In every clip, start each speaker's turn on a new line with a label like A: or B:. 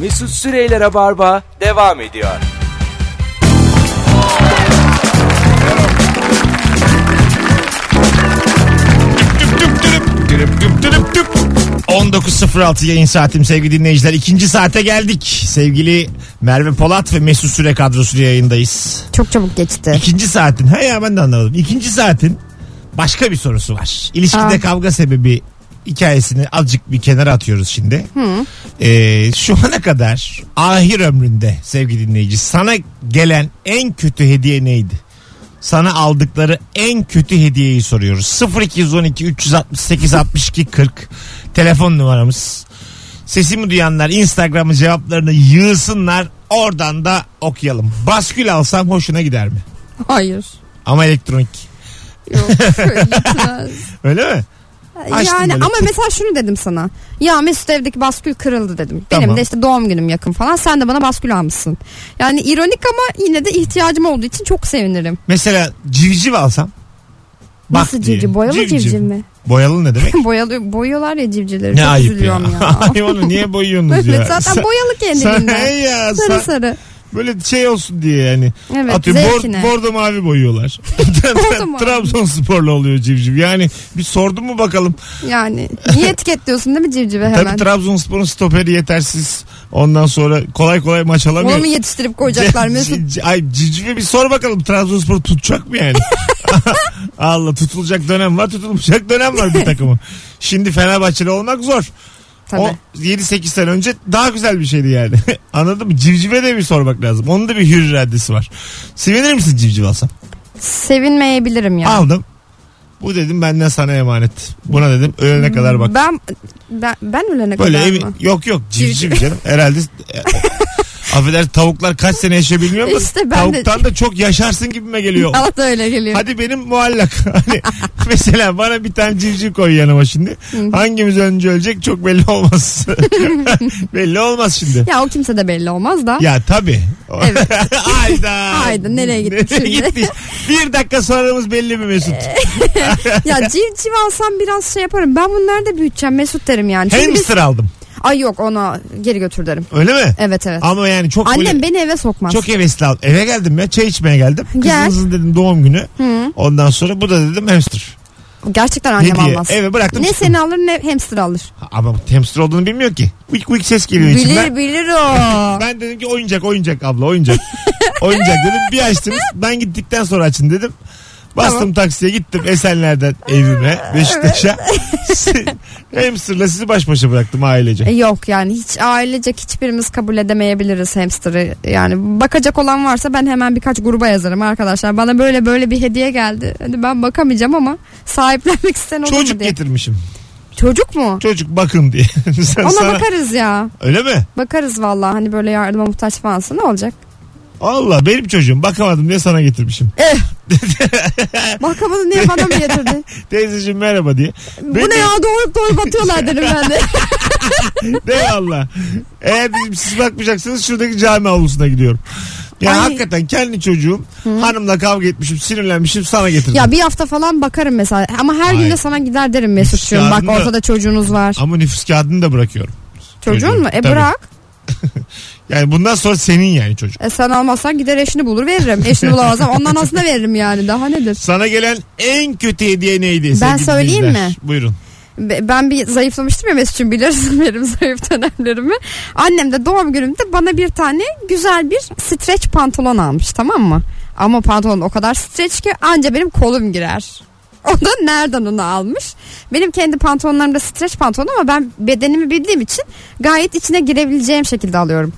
A: Mesut Süreyler'e barba devam ediyor.
B: Tüp tüp tüp tüp tüp tüp. 19.06 yayın saatim sevgili dinleyiciler. İkinci saate geldik. Sevgili Merve Polat ve Mesut Süre kadrosuyla yayındayız.
C: Çok çabuk geçti.
B: İkinci saatin, he ya ben de anlamadım. İkinci saatin başka bir sorusu var. İlişkide
C: Aa.
B: kavga sebebi hikayesini azıcık bir kenara atıyoruz şimdi. Ee, şu ana kadar ahir ömründe sevgili dinleyici sana gelen en kötü hediye neydi? Sana aldıkları en kötü hediyeyi soruyoruz. 0212 368 62 40 telefon numaramız. Sesimi duyanlar Instagram'ın cevaplarını yığsınlar. Oradan da okuyalım. Baskül alsam hoşuna gider mi?
C: Hayır.
B: Ama elektronik.
C: Yok gitmez.
B: Öyle mi? Açtım
C: yani
B: böyle.
C: ama mesela şunu dedim sana. Ya Mesut evdeki baskül kırıldı dedim. Benim
B: Tamam.
C: de işte doğum günüm yakın falan. Sen de bana baskül almışsın. Yani ironik ama yine de ihtiyacım olduğu için çok sevinirim.
B: Mesela civciv alsam. Bak
C: Nasıl
B: diye.
C: civciv? Boyalı civciv, mi?
B: Boyalı ne demek?
C: Boyalı, boyuyorlar ya civcivleri.
B: ne
C: çok
B: ayıp ya.
C: üzülüyorum ya.
B: Hayvanı niye boyuyorsunuz ya?
C: evet zaten
B: Sa-
C: boyalı
B: sa-
C: kendiliğinden.
B: ya,
C: Sarı
B: sa-
C: sarı.
B: böyle şey olsun diye yani.
C: Evet
B: Atıyorum bor-
C: zevkine.
B: bordo mavi boyuyorlar.
C: Bordo mavi.
B: Trabzonsporlu oluyor civciv. Yani bir sordum mu bakalım.
C: Yani niye etiketliyorsun değil mi civcive hemen?
B: Tabii Trabzonspor'un stoperi yetersiz. Ondan sonra kolay kolay maç
C: Onu
B: alamıyor.
C: mu yetiştirip koyacaklar
B: Ce-
C: Mesut?
B: ce- Ay civcive bir sor bakalım Trabzonspor tutacak mı yani? Allah tutulacak dönem var tutulmayacak dönem var bir takımın. Şimdi Fenerbahçeli olmak zor.
C: Tabii.
B: O 7-8 sene önce daha güzel bir şeydi yani. Anladın mı? Civcive de bir sormak lazım. Onun da bir hür iradesi var. Sevinir misin civciv alsam?
C: Sevinmeyebilirim ya.
B: Aldım. Bu dedim benden sana emanet. Buna dedim ölene kadar bak.
C: Ben ben, ben ölene
B: Böyle
C: kadar
B: evi-
C: mı?
B: yok yok civciv canım. Herhalde e, affeder tavuklar kaç sene yaşayabiliyor mu?
C: İşte ben de-
B: Tavuktan da çok yaşarsın gibime geliyor.
C: Allah da öyle geliyor.
B: Hadi benim muallak. Hani mesela bana bir tane civciv koy yanıma şimdi. Hangimiz önce ölecek çok belli olmaz. belli olmaz şimdi.
C: Ya o kimse de belli olmaz da.
B: Ya tabii.
C: Evet.
B: Hayda.
C: Hayda, nereye gitti
B: Nereye
C: şimdi? Ee,
B: gitti? Bir dakika sonramız belli mi Mesut?
C: ya civciv alsam biraz şey yaparım. Ben bunu nerede büyüteceğim Mesut derim yani. Çünkü biz-
B: Hamster aldım.
C: Ay yok ona geri götür derim.
B: Öyle mi?
C: Evet evet.
B: Ama yani çok böyle-
C: Annem beni eve sokmaz.
B: Çok hevesli aldım. Eve geldim ya çay içmeye geldim.
C: Gel.
B: Kızınızın dedim doğum günü. Ondan sonra bu da dedim hamster.
C: Gerçekten annem
B: Hediye.
C: almaz.
B: Eve bıraktım.
C: Ne
B: çıktım.
C: seni alır ne hamster alır.
B: Ama hamster olduğunu bilmiyor ki. Vik vik ses geliyor
C: Bilir
B: içinden.
C: bilir o.
B: Ben dedim ki oyuncak oyuncak abla oyuncak. oyuncak dedim bir açtınız. Ben gittikten sonra açın dedim. Bastım
C: Tamam.
B: taksiye gittim Esenler'den evime Beşiktaş'a. Hamster'la sizi baş başa bıraktım
C: E,
B: ailece.
C: Yok yani hiç ailecek hiçbirimiz kabul edemeyebiliriz hamster'ı. Yani bakacak olan varsa ben hemen birkaç gruba yazarım arkadaşlar. Bana böyle böyle bir hediye geldi. Hani ben bakamayacağım ama sahiplenmek isteyen olur mu
B: Çocuk
C: diye.
B: getirmişim.
C: Çocuk mu?
B: Çocuk bakın diye. Sen
C: Ona
B: sana-
C: bakarız ya.
B: Öyle mi?
C: Bakarız vallahi hani böyle yardıma muhtaç falansa ne olacak?
B: Allah benim çocuğum bakamadım diye sana getirmişim.
C: Bakamadın niye bana mı getirdi?
B: Teyzeciğim merhaba diye.
C: Bu ne ya doğurup doğurup atıyorlar dedim ben de.
B: De Allah. Eğer bizim siz bakmayacaksınız şuradaki cami avlusuna gidiyorum. Ya
C: Ay.
B: hakikaten kendi çocuğum hanımla kavga etmişim sinirlenmişim sana getirdim.
C: ya bir hafta falan bakarım mesela ama her gün
B: Ay.
C: de sana gider derim Mesut'cuğum bak
B: Yardım da-
C: ortada çocuğunuz var.
B: Ama nüfus kağıdını da bırakıyorum.
C: Çocuğun mu? E
B: Tabii.
C: bırak.
B: Yani bundan sonra senin yani çocuk.
C: E sen almazsan gider eşini bulur veririm. Eşini bulamazsam ondan aslında veririm yani daha nedir?
B: Sana gelen en kötü hediye neydi?
C: Ben
B: sevgili
C: söyleyeyim
B: dinleyiciler?
C: mi?
B: Buyurun.
C: Be- Ben bir zayıflamıştım ya Mesut'cum bilirsin benim zayıf dönemlerimi. Annem de doğum günümde bana bir tane güzel bir streç pantolon almış tamam mı? Ama pantolon o kadar streç ki anca benim kolum girer. O da nereden onu almış? Benim kendi pantolonlarım da streç pantolon ama ben bedenimi bildiğim için gayet içine girebileceğim şekilde alıyorum.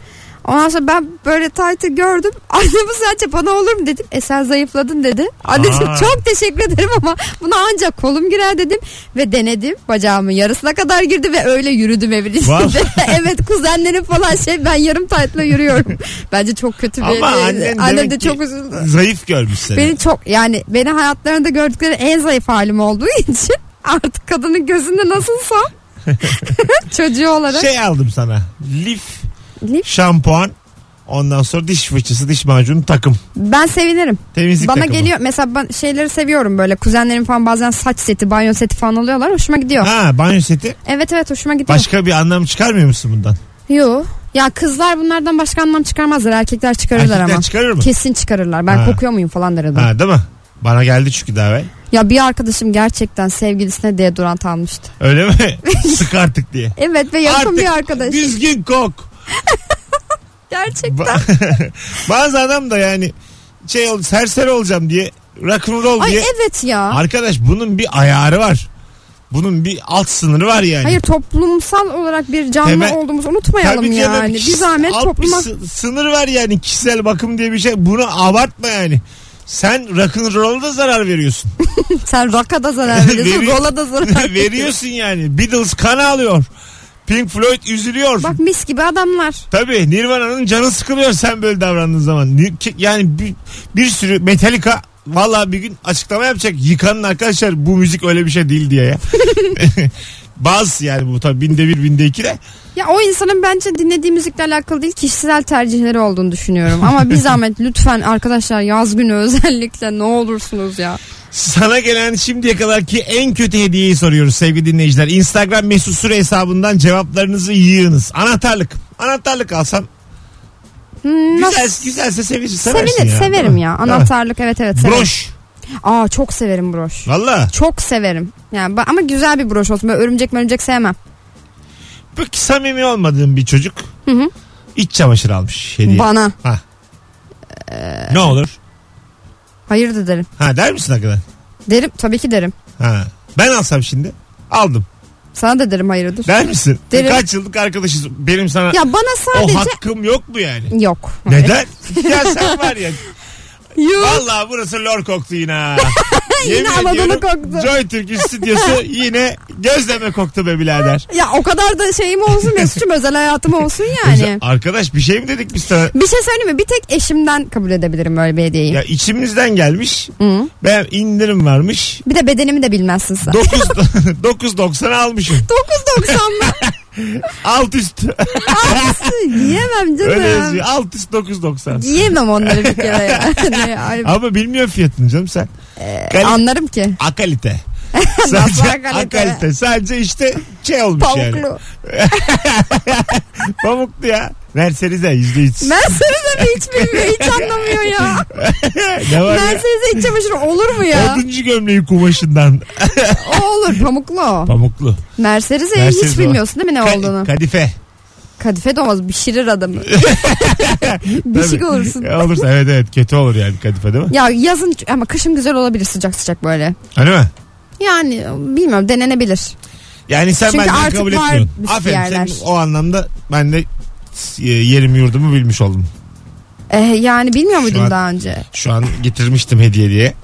C: Ondan sonra ben böyle taytı gördüm. Annem sadece bana olur mu dedim. E sen zayıfladın dedi. Anneciğim
B: Aa.
C: çok teşekkür ederim ama buna ancak kolum girer dedim. Ve denedim. Bacağımın yarısına kadar girdi ve öyle yürüdüm evin
B: Vallahi.
C: içinde. evet kuzenlerim falan şey ben yarım taytla yürüyorum. Bence çok kötü bir şey.
B: Ama annen
C: annem,
B: demek
C: de
B: ki
C: çok üzüldü.
B: zayıf görmüş seni.
C: Beni çok yani beni hayatlarında gördükleri en zayıf halim olduğu için artık kadının gözünde nasılsam çocuğu olarak.
B: Şey aldım sana. Lif
C: Lif.
B: şampuan ondan sonra diş fırçası diş macunu takım.
C: Ben sevinirim.
B: Temizlik
C: Bana
B: takımı.
C: geliyor mesela ben şeyleri seviyorum böyle kuzenlerim falan bazen saç seti banyo seti falan alıyorlar hoşuma gidiyor.
B: Ha banyo seti.
C: Evet evet hoşuma gidiyor.
B: Başka bir anlam çıkarmıyor musun bundan?
C: Yo Ya kızlar bunlardan başka anlam çıkarmazlar. Erkekler çıkarırlar
B: Erkekler
C: ama.
B: çıkarır mı?
C: Kesin çıkarırlar. Ben
B: Ha.
C: kokuyor muyum falan der adam.
B: Ha değil mi? Bana geldi çünkü daha evvel.
C: Ya bir arkadaşım gerçekten sevgilisine deodorant almıştı.
B: Öyle mi? Sık artık diye.
C: Evet ve yakın bir arkadaş.
B: düzgün kok.
C: Gerçekten.
B: Ba- Bazı adam da yani şey ol, serseri olacağım diye rock'n'roll
C: Ay
B: diye.
C: evet ya.
B: Arkadaş bunun bir ayarı var. Bunun bir alt sınırı var yani.
C: Hayır toplumsal olarak bir canlı
B: Temel-
C: olduğumuzu unutmayalım
B: Tabii canım,
C: yani. Bir
B: kişis-
C: zahmet
B: alt
C: topluma
B: bir sı- sınır var yani kişisel bakım diye bir şey. Bunu abartma yani. Sen rock'n'roll'a da zarar veriyorsun.
C: sen raka da zarar veriyorsun,
B: Veriyor-
C: gola da zarar veriyorsun.
B: veriyorsun yani. Beatles kan alıyor. Pink Floyd üzülüyor.
C: Bak mis gibi adamlar.
B: Tabii Nirvana'nın canı sıkılıyor sen böyle davrandığın zaman. Ni- ki- Yani bir, bir sürü Metallica valla bir gün açıklama yapacak. Yıkanın arkadaşlar bu müzik öyle bir şey değil diye ya. Bazı yani bu tabii binde bir binde iki de.
C: Ya o insanın bence dinlediği müzikle alakalı değil kişisel tercihleri olduğunu düşünüyorum. Ama bir zahmet lütfen arkadaşlar yaz günü özellikle ne olursunuz ya.
B: Sana gelen şimdiye kadarki en kötü hediyeyi soruyoruz sevgili dinleyiciler. Instagram mesut süre hesabından cevaplarınızı yığınız. Anahtarlık. Anahtarlık alsam
C: Hmm,
B: güzel,
C: nasıl-
B: güzelse sevici, seversin
C: Sevinir,
B: ya.
C: severim ya. Anahtarlık evet evet severim.
B: Broş.
C: Aa çok severim broş.
B: Valla.
C: Çok severim. Yani ba- ama güzel bir broş olsun. Böyle örümcek örümcek sevmem.
B: Pek samimi olmadığım bir çocuk.
C: Hı hı.
B: İç çamaşır almış hediye.
C: Bana.
B: Ne olur?
C: Hayır da derim.
B: Ha der misin hakikaten?
C: Derim tabii ki derim.
B: Ha. Ben alsam şimdi. Aldım.
C: Sana da derim hayırdır.
B: Der misin?
C: Derim.
B: Kaç yıllık arkadaşız. Benim sana
C: Ya bana
B: o
C: sadece
B: hakkım yok mu yani?
C: yok.
B: Neden? ya sen var ya.
C: Yok.
B: Vallahi burası lor koktu yine. ha.
C: Yine
B: Yemin
C: Anadolu
B: ediyorum,
C: koktu.
B: Joy Türk stüdyosu yine gözleme koktu be birader.
C: Ya o kadar da şeyim olsun Mesut'cum özel hayatım olsun yani.
B: Arkadaş bir şey mi dedik biz sana?
C: Bir şey söyleyeyim mi? Bir tek eşimden kabul edebilirim öyle bir hediyeyi.
B: Ya içimizden gelmiş.
C: Hı.
B: Ben indirim varmış.
C: Bir de bedenimi de bilmezsin sen.
B: 9 9.90 almışım.
C: 9.90 mı?
B: Alt üst.
C: Giyemem canım.
B: Öyle yazıyor. Alt üst 9.90.
C: Giyemem onları bir kere ya. Ne, ay,
B: Ama bilmiyor fiyatını canım sen. Kal-
C: Anlarım ki.
B: akalite.
C: Ee, Nasıl
B: Sadece
C: akalite?
B: akalite. Sadece işte şey olmuş yani.
C: Pamuklu.
B: Pamuklu ya. Versenize yüzde üç.
C: Mercedes'e mi hiç bilmiyor hiç anlamıyor ya.
B: Ne var ya?
C: Mercedes'e iç çamaşırı olur mu ya?
B: Oduncu gömleği kumaşından.
C: O olur pamuklu o.
B: Pamuklu.
C: Mercedes'e
B: Mercedes
C: hiç
B: o.
C: bilmiyorsun değil mi ne
B: Ka-
C: olduğunu?
B: kadife.
C: Kadife de olmaz pişirir adamı. Bişik
B: Tabii.
C: olursun.
B: E, olursa evet evet kötü olur yani kadife değil mi?
C: Ya yazın ama kışın güzel olabilir sıcak sıcak böyle.
B: Öyle mi?
C: Yani bilmiyorum denenebilir.
B: Yani sen
C: Çünkü
B: benden
C: artık
B: kabul
C: var
B: etmiyorsun.
C: bir
B: Aferin
C: yerler.
B: sen o anlamda ben de e, yerimi yurdumu bilmiş oldum.
C: Ee, yani bilmiyor muydun
B: an-
C: daha önce?
B: Şu an getirmiştim hediye diye.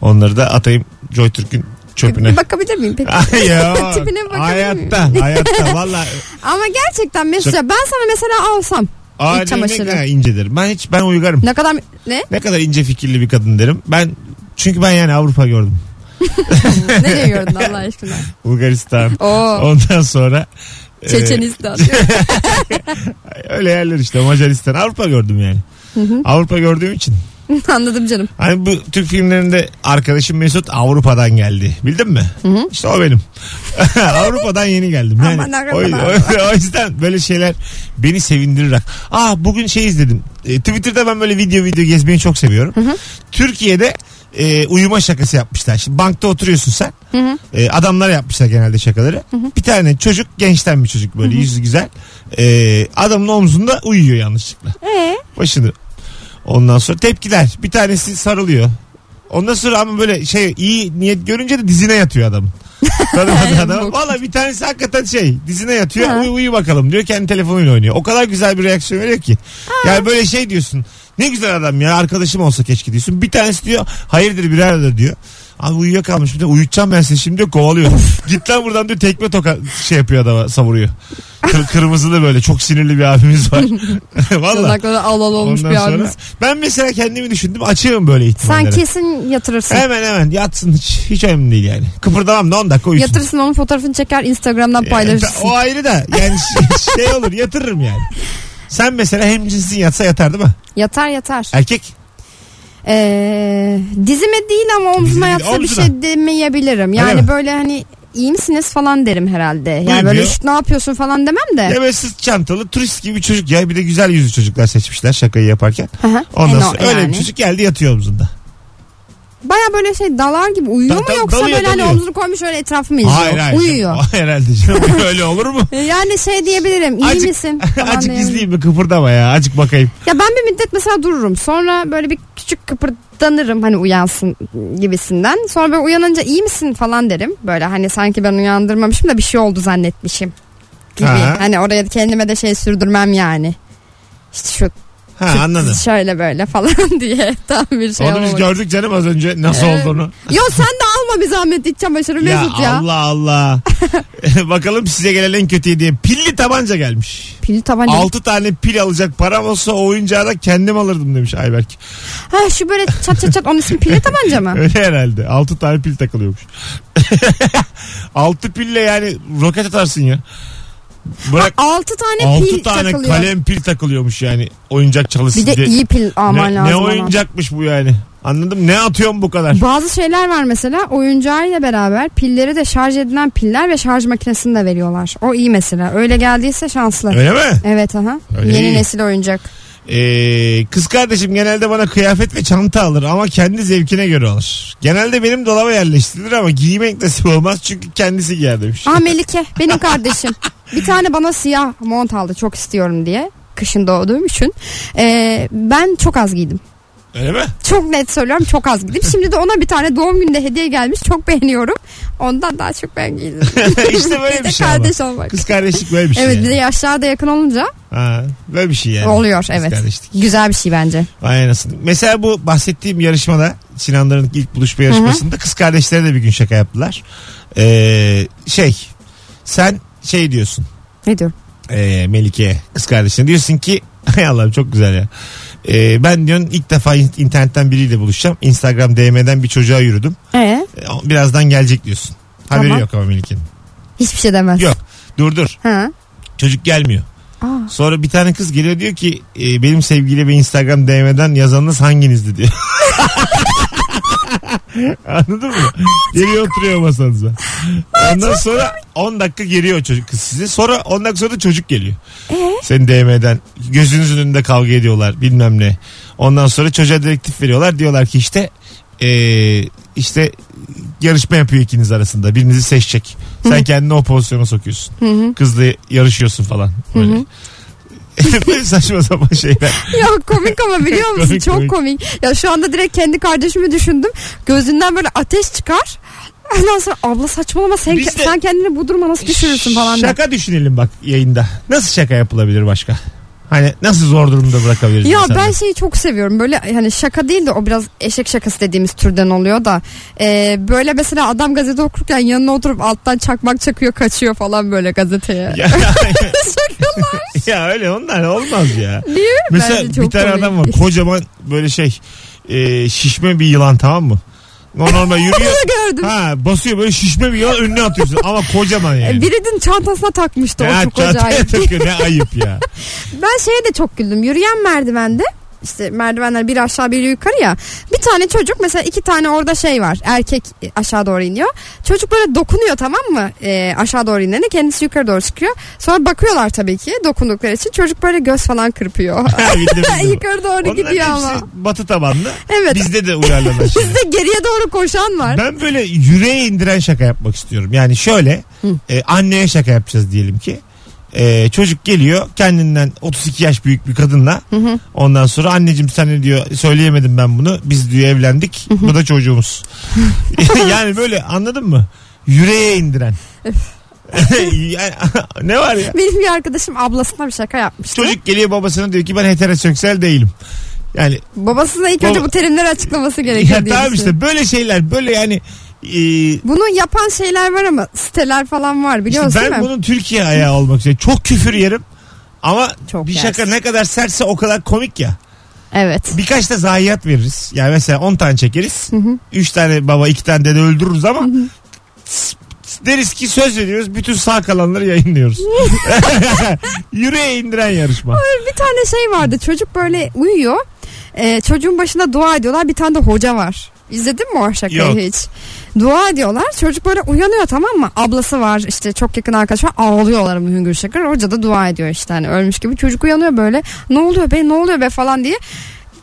B: Onları da atayım Joytürk'ün çöpüne.
C: Bir bakabilir miyim peki?
B: Ay ya.
C: Tipine bakabilir
B: Hayatta hayatta valla.
C: Ama gerçekten Mesut ya, ben sana mesela alsam
B: Aa,
C: İç
B: ne- ne
C: çamaşırı.
B: kadar incedir. Ben hiç ben uygarım.
C: ne kadar ne?
B: Ne kadar ince fikirli bir kadın derim. Ben çünkü ben yani Avrupa gördüm.
C: Nereye gördün Allah aşkına?
B: Bulgaristan.
C: Oo.
B: Ondan sonra e,
C: Çeçenistan.
B: öyle yerler işte Macaristan. Avrupa gördüm yani. Avrupa gördüğüm için.
C: Anladım canım.
B: Hani bu Türk filmlerinde arkadaşım Mesut Avrupa'dan geldi. Bildin mi? İşte o benim. Avrupa'dan yeni geldim. Yani
C: Aman ne
B: o, o- o yüzden böyle şeyler beni sevindirir. Aa bugün şey izledim. E, Twitter'da ben böyle video video gezmeyi çok seviyorum. Türkiye'de e, uyuma şakası yapmışlar. Şimdi bankta oturuyorsun sen. E, adamlar yapmışlar genelde şakaları. Bir tane çocuk gençten bir çocuk böyle yüzü güzel. E, adamın omzunda uyuyor yanlışlıkla.
C: Ee?
B: Başını. Ondan sonra tepkiler. Bir tanesi sarılıyor. Ondan sonra ama böyle şey iyi niyet görünce de dizine yatıyor adamın. Tanımadığı adam. Valla bir tanesi hakikaten şey dizine yatıyor.
C: Ha.
B: Uyu uyu bakalım diyor kendi telefonuyla oynuyor. O kadar güzel bir reaksiyon veriyor ki. Yani böyle şey diyorsun. Ne güzel adam ya arkadaşım olsa keşke diyorsun. Bir tanesi diyor hayırdır birader diyor. Abi uyuyakalmış bir de uyutacağım ben seni şimdi diyor kovalıyor. Git lan buradan diyor tekme toka şey yapıyor adama savuruyor. Kır- kırmızılı böyle çok sinirli bir abimiz var. Valla.
C: Yanakları al al olmuş
B: Ondan
C: bir
B: sonra
C: abimiz.
B: ben mesela kendimi düşündüm açığım böyle
C: Sen
B: ihtimallere.
C: kesin yatırırsın.
B: Hemen hemen yatsın hiç, hiç önemli değil yani. Kıpırdamam da 10 dakika uyusun.
C: Yatırırsın onun fotoğrafını çeker Instagram'dan
B: Ee,
C: paylaşırsın.
B: şey. o ayrı da yani ş- şey olur yatırırım yani. Sen mesela hemcinsin yatsa yatar değil mi?
C: Yatar yatar.
B: Erkek.
C: Ee, dizime değil ama omzuma
B: Dizine değil,
C: yatsa bir
B: omzuna.
C: şey demeyebilirim. Yani
B: mi?
C: böyle hani iyi misiniz falan derim herhalde. Yani
B: Duymuyor.
C: böyle "Şşt, ne yapıyorsun falan demem de.
B: Ya böyle sırt çantalı turist gibi bir çocuk ya bir de güzel yüzlü çocuklar seçmişler şakayı yaparken.
C: Hı hı.
B: Ondan
C: E, no,
B: sonra öyle
C: yani.
B: bir çocuk geldi yatıyor omzunda.
C: Baya böyle şey dalar gibi uyuyor
B: Da-
C: mu
B: da-
C: yoksa
B: dalıyor,
C: böyle hani
B: dalıyor.
C: omzunu koymuş öyle etrafımı izliyor.
B: Hayır hayır.
C: uyuyor.
B: Herhalde canım öyle olur mu?
C: Yani şey diyebilirim iyi
B: Acık-
C: misin? falan
B: Acık
C: diyebilirim.
B: izleyeyim mi kıpırdama ya acık bakayım.
C: Ya ben bir müddet mesela dururum. Sonra böyle bir küçük kıpırdanırım hani uyansın gibisinden. Sonra böyle uyanınca iyi misin falan derim. Böyle hani sanki ben uyandırmamışım da bir şey oldu zannetmişim gibi.
B: Ha.
C: Hani oraya kendime de şey sürdürmem yani. İşte şu
B: Ha anladım.
C: şöyle böyle falan diye tam bir şey
B: Onu biz
C: olmadı.
B: gördük canım az önce nasıl
C: Evet.
B: olduğunu.
C: Yo sen de alma bir zahmet iç çamaşırı
B: Ya
C: Mesut ya.
B: Allah Allah. Bakalım size gelen en kötü hediye. Pilli tabanca gelmiş.
C: Pilli tabanca.
B: 6 tane pil alacak param olsa o oyuncağı da kendim alırdım demiş Ayberk.
C: Ha şu böyle çat çat çat onun ismi pilli tabanca mı?
B: Öyle herhalde. 6 tane pil takılıyormuş. 6 pille yani roket atarsın ya. Bırak
C: 6 tane
B: 6
C: pil
B: tane
C: takılıyor.
B: kalem pil takılıyormuş yani oyuncak çalışsın
C: bir de
B: diye.
C: iyi pil alman
B: ne,
C: lazım.
B: ne
C: ona.
B: oyuncakmış bu yani. Anladım. Ne atıyorum bu kadar?
C: Bazı şeyler var mesela oyuncağıyla beraber pilleri de şarj edilen piller ve şarj makinesini de veriyorlar. O iyi mesela. Öyle geldiyse şanslı. Evet,
B: Öyle mi?
C: aha.
B: Öyle
C: Yeni
B: iyi.
C: nesil oyuncak.
B: Ee, kız kardeşim genelde bana kıyafet ve çanta alır ama kendi zevkine göre alır. Genelde benim dolaba yerleştirilir ama giymek nasip olmaz çünkü kendisi giyer demiş.
C: Aa Ah, Melike benim kardeşim. Bir tane bana siyah mont aldı çok istiyorum diye. Kışın doğduğum için. Ee, ben çok az giydim.
B: Öyle mi?
C: Çok net söylüyorum çok az giydim. Şimdi de ona bir tane doğum günde hediye gelmiş. Çok beğeniyorum. Ondan daha çok ben giydim.
B: işte böyle
C: Biz de
B: bir şey ama.
C: kardeş olmak.
B: Kız kardeşlik böyle bir şey.
C: Evet bir de
B: yani.
C: yaşlar da yakın olunca
B: Ha, böyle bir şey yani.
C: oluyor
B: Kız
C: evet.
B: kardeşlik.
C: Güzel bir şey bence.
B: Vay anasını. Mesela bu bahsettiğim yarışmada Sinanların ilk buluşma yarışmasında kız kardeşlere de bir gün şaka yaptılar. Ee, şey sen şey diyorsun
C: Ne diyorum?
B: e, Melike kız kardeşine diyorsun ki Hay Allah'ım çok güzel ya. Ee, ben diyorsun ilk defa in- internetten biriyle buluşacağım. Instagram DM'den bir çocuğa yürüdüm.
C: Ee,
B: Ee, o- birazdan gelecek diyorsun. Haberi
C: Tamam.
B: yok ama Melike'nin.
C: hiçbir şey demez.
B: Yok. Dur dur.
C: Ha.
B: Çocuk gelmiyor.
C: Aa.
B: Sonra bir tane kız geliyor diyor ki e, benim sevgilime Instagram DM'den yazanınız hanginizdi diyor. Anladın mı? Geliyor oturuyor masanıza. Ondan sonra 10 dakika geliyor çocuk kız size. Sonra 10 dakika sonra da çocuk geliyor. Senin DM'den gözünüzün önünde kavga ediyorlar bilmem ne. Ondan sonra çocuğa direktif veriyorlar. Diyorlar ki işte e, işte yarışma yapıyor ikiniz arasında. Birinizi seçecek. Sen kendini o pozisyona sokuyorsun. Kızla yarışıyorsun falan. Böyle. Böyle saçma sapan şeyler.
C: Ya komik ama biliyor musun?
B: Komik,
C: Çok
B: komik.
C: komik. Ya şu anda direkt kendi kardeşimi düşündüm. Gözünden böyle ateş çıkar. Ondan sonra abla saçmalama sen,
B: Biz de-
C: sen kendini bu duruma nasıl düşürürsün falan der.
B: Şaka düşünelim bak yayında. Nasıl şaka yapılabilir başka? Hani nasıl zor durumda bırakabiliriz?
C: Ya
B: insanları?
C: ben şeyi çok seviyorum böyle hani şaka değil de o biraz eşek şakası dediğimiz türden oluyor da Ee, böyle mesela adam gazete okurken yanına oturup alttan çakmak çakıyor kaçıyor falan böyle gazeteye.
B: Ya, ya öyle onlar olmaz ya.
C: Değil mi?
B: Mesela
C: Bence çok
B: bir tane
C: komik.
B: adam var kocaman böyle şey e, şişme bir yılan tamam mı? Normal yürüyor.
C: Gördüm.
B: ha basıyor böyle şişme bir yılan önüne atıyorsun ama kocaman yani.
C: Birinin çantasına takmıştı
B: Ya
C: o çok
B: çantaya
C: acayip.
B: takıyor, ne ayıp ya.
C: Ben şeye de çok güldüm. Yürüyen merdivende işte merdivenler bir aşağı bir yukarı ya. Bir tane çocuk mesela iki tane orada şey var. Erkek aşağı doğru iniyor. Çocuk böyle dokunuyor tamam mı? Ee, aşağı doğru inene kendisi yukarı doğru çıkıyor. Sonra bakıyorlar tabii ki dokundukları için. Çocuk böyle göz falan kırpıyor.
B: Ha, bildim, bildim.
C: yukarı doğru
B: Onların
C: gidiyor
B: hepsi
C: ama.
B: batı tabanlı.
C: Evet.
B: Bizde de uyarlanan şey.
C: Bizde geriye doğru koşan var.
B: Ben böyle yüreğe indiren şaka yapmak istiyorum. Yani şöyle e, anneye şaka yapacağız diyelim ki. E, çocuk geliyor kendinden 32 yaş büyük bir kadınla. Ondan sonra anneciğim sen ne diyor söyleyemedim ben bunu. Biz diyor evlendik. Bu da çocuğumuz. yani böyle anladın mı? Yüreğe indiren. Yani, ne var ya?
C: Benim bir arkadaşım ablasına bir şaka yapmıştı.
B: Çocuk geliyor babasına diyor ki ben heteroseksüel değilim. Yani
C: Babasına ilk önce
B: Baba-
C: bu terimleri açıklaması gerekiyor
B: ya
C: diye
B: tamam
C: düşünüyorum.
B: işte böyle şeyler böyle yani e,
C: Bunu yapan şeyler var ama siteler falan var
B: İşte
C: biliyorsun değil mi?
B: ben bunun Türkiye ayağı olmak üzere çok küfür yerim. Ama
C: Çok
B: bir
C: yersin.
B: şaka ne kadar sertse o kadar komik ya.
C: Evet.
B: Birkaç da zayiat veririz. Yani mesela 10 tane çekeriz. 3 tane baba 2 tane dede öldürürüz ama s- s- deriz ki söz veriyoruz. Bütün sağ kalanları yayınlıyoruz. Yüreğe indiren yarışma.
C: bir tane şey vardı çocuk böyle uyuyor Ee, çocuğun başında dua ediyorlar bir tane de hoca var İzledin mi o şakayı
B: Yok.
C: hiç? Dua ediyorlar. Çocuk böyle uyanıyor tamam mı? Ablası var işte çok yakın arkadaş var. Ağlıyorlar hüngür şakır. Hoca da dua ediyor işte hani ölmüş gibi. Çocuk uyanıyor böyle. Ne oluyor be ne oluyor be falan diye.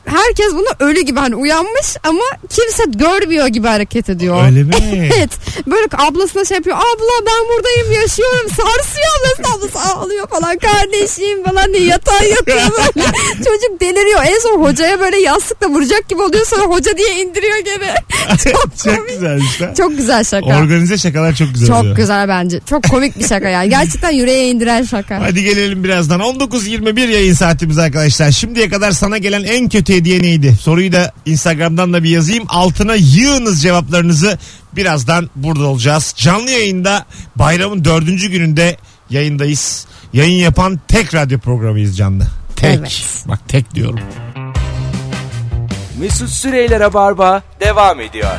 C: Herkes bunu ölü gibi hani uyanmış ama kimse görmüyor gibi hareket ediyor.
B: Öyle mi?
C: Evet. Böyle ablasına şey yapıyor. Abla ben buradayım yaşıyorum. Sarsıyor ablası. Ablası ağlıyor falan. Kardeşim falan diye yatağa yatıyor böyle. Çocuk deliriyor. En son hocaya böyle yastıkla vuracak gibi oluyor. Sonra hoca diye indiriyor gene. Çok
B: çok
C: komik.
B: güzelmiş lan.
C: Çok güzel şaka.
B: Organize şakalar çok güzel oluyor.
C: çok güzel bence. Çok komik bir şaka yani. Gerçekten yüreğe indiren şaka.
B: Hadi gelelim birazdan. 19.21 yayın saatimiz arkadaşlar. Şimdiye kadar sana gelen en kötü hediye neydi? Soruyu da Instagram'dan da bir yazayım. Altına yığınız cevaplarınızı. Birazdan burada olacağız. Canlı yayında bayramın dördüncü gününde yayındayız. Yayın yapan tek radyo programıyız canlı. Tek.
C: Evet.
B: Bak tek diyorum.
A: Mesut Süreyler'e barba devam ediyor.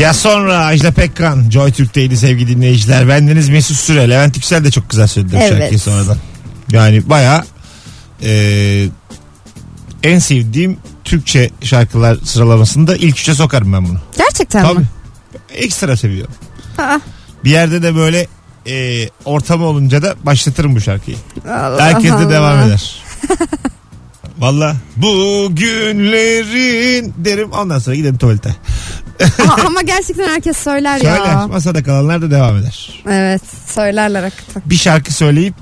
B: Ya sonra Ajda Pekkan, Joy Türk'teydi sevgili dinleyiciler. Bendeniz Mesut Süre, Levent Yüksel de çok güzel söyledi bu
C: Evet.
B: şarkıyı sonradan. Yani baya e, en sevdiğim Türkçe şarkılar sıralamasında ilk üçe sokarım ben bunu.
C: Gerçekten
B: Tabii.
C: mi?
B: Ekstra seviyorum.
C: Aa,
B: Bir yerde de böyle e, ortam olunca da başlatırım bu şarkıyı.
C: Allah
B: Herkes de
C: Allah.
B: devam eder. Valla bugünlerin derim ondan sonra giderim tuvalete.
C: Aa, ama gerçekten herkes söyler
B: Söyle
C: ya.
B: masada kalanlar da devam eder.
C: Evet söylerler hakikaten.
B: bir şarkı söyleyip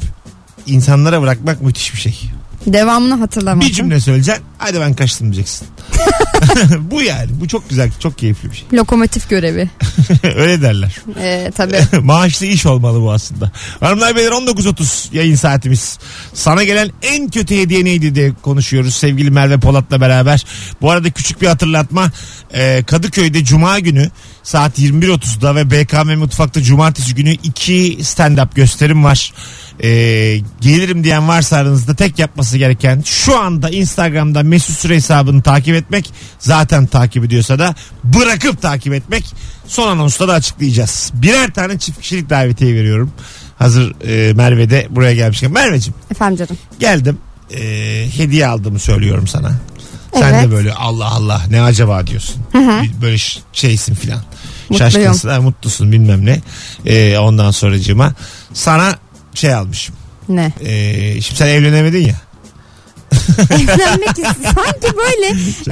B: insanlara bırakmak müthiş bir şey.
C: Devamını hatırlamadım.
B: Bir cümle söyleyeceksin. Hadi ben kaçtım diyeceksin. bu yani. Bu çok güzel, çok keyifli bir şey.
C: Lokomotif görevi.
B: Öyle derler.
C: Ee, tabii.
B: Maaşlı iş olmalı bu aslında. Hanımlar beyler 19.30 yayın saatimiz. Sana gelen en kötü hediye neydi diye konuşuyoruz sevgili Merve Polat'la beraber. Bu arada küçük bir hatırlatma. Ee, Kadıköy'de Cuma günü saat 21.30'da ve BKM Mutfak'ta Cumartesi günü iki stand-up gösterim var. Ee, gelirim diyen varsa aranızda tek yapması gereken şu anda Instagram'da Mesut Süre hesabını takip etmek. Zaten takip ediyorsa da bırakıp takip etmek. Son anonsta da açıklayacağız. Birer tane çift kişilik davetiye veriyorum. Hazır e, Merve de buraya gelmişken. Merveciğim
C: Efendim canım.
B: geldim. E, hediye aldığımı söylüyorum sana. Sen
C: Evet.
B: de böyle Allah Allah ne acaba diyorsun. Bir Böyle ş- şeysin filan.
C: Mutluyum.
B: Şaşkınsın ha, mutlusun bilmem ne. E, ondan sonracığıma sana şey almışım.
C: Ne?
B: E, şimdi sen evlenemedin ya.
C: evlenmek için sanki böyle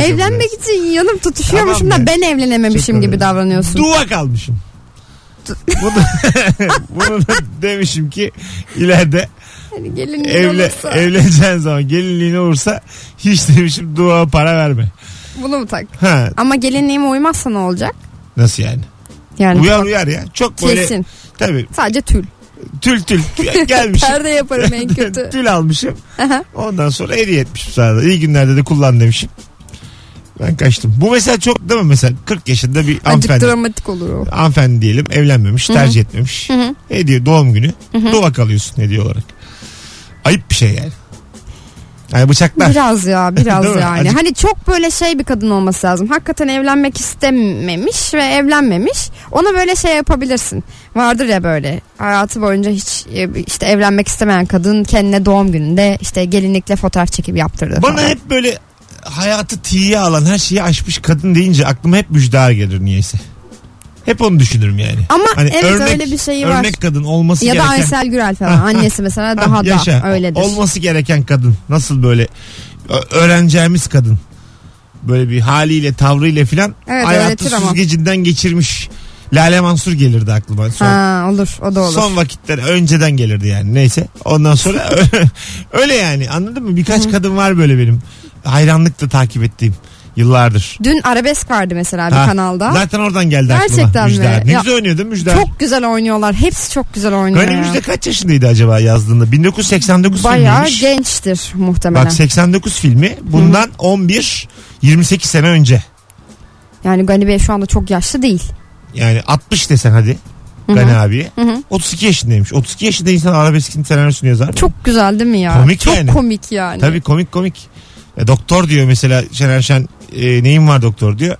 C: evlenmek için yanım tutuşuyormuşum
B: Tamam
C: da
B: be.
C: ben evlenememişim
B: Çok
C: gibi
B: önemli.
C: davranıyorsun.
B: Duvak almışım. bunu, bunu da demişim ki ileride
C: Hani gelin
B: Evle,
C: olursa
B: evleneceğin zaman gelinliğin olursa hiç demişim dua para verme.
C: bunu mu tak?
B: Ha,
C: Ama gelinliğime uymazsa ne olacak?
B: nasıl yani?
C: Yani
B: Uyar uyar ya. Çok böyle
C: kesin.
B: tabii
C: Sadece tül.
B: tül tül gelmişim.
C: Perde yaparım en kötü.
B: tül almışım.
C: Aha.
B: Ondan sonra hediye etmişim sana. da. İyi günlerde de kullan demişim. Ben kaçtım. Bu mesela çok değil mi mesela 40 yaşında bir
C: Azıcık
B: hanımefendi.
C: dramatik olur o.
B: Hanımefendi diyelim evlenmemiş, tercih etmemiş.
C: hı.
B: Hediye doğum günü. Duvak alıyorsun hediye olarak. Ayıp bir şey yani. Yani bıçaklar.
C: Biraz ya biraz
B: Değil mi?
C: yani.
B: Azıcık-
C: Hani çok böyle şey bir kadın olması lazım. Hakikaten evlenmek istememiş ve evlenmemiş. Ona böyle şey yapabilirsin. Vardır ya böyle hayatı boyunca hiç e, işte evlenmek istemeyen kadın kendine doğum gününde işte gelinlikle fotoğraf çekip yaptırdı.
B: Bana
C: falan.
B: hep böyle hayatı tiye alan her şeyi aşmış kadın deyince aklıma hep müjdar gelir niyeyse. Hep onu düşünürüm yani.
C: Ama evet öyle bir şeyi var.
B: hani Örnek kadın olması
C: Ya da
B: gereken.
C: Aysel Gürel falan. Annesi mesela
B: Ha,
C: daha
B: yaşa.
C: da öyledir.
B: Olması gereken kadın. Nasıl böyle ö- öğreneceğimiz kadın. Böyle bir haliyle tavrıyla filan
C: Evet,
B: hayatı
C: öğretir ama.
B: süzgecinden geçirmiş. Lale Mansur gelirdi aklıma. Son,
C: Ha, olur o da olur.
B: son vakitler önceden gelirdi yani neyse. Ondan sonra öyle yani anladın mı? Birkaç kadın var böyle benim. Hayranlıkla takip ettiğim yıllardır.
C: Dün arabesk vardı mesela bir
B: Ha,
C: kanalda.
B: Zaten oradan geldi aklıma.
C: Gerçekten mi?
B: Müjde. Ne
C: Ya,
B: güzel oynuyor değil mi Müjde?
C: Çok güzel oynuyorlar. Hepsi çok güzel oynuyor.
B: Gani
C: ya.
B: Müjde kaç yaşındaydı acaba yazdığında? 1989
C: Bayağı
B: filmiymiş.
C: gençtir muhtemelen.
B: Bak 89 filmi bundan 11 28 sene önce.
C: Yani Gani Bey şu anda çok yaşlı değil.
B: Yani 60 desen hadi
C: hı.
B: Gani abi.
C: Hı hı.
B: 32 yaşındaymış. 32 yaşında insan arabeskin senaryosunu yazar. mı?
C: Çok güzel değil mi ya?
B: Komik
C: çok
B: yani.
C: komik yani.
B: Tabii komik komik. E, doktor diyor mesela Şener Şen e, neyin var doktor diyor.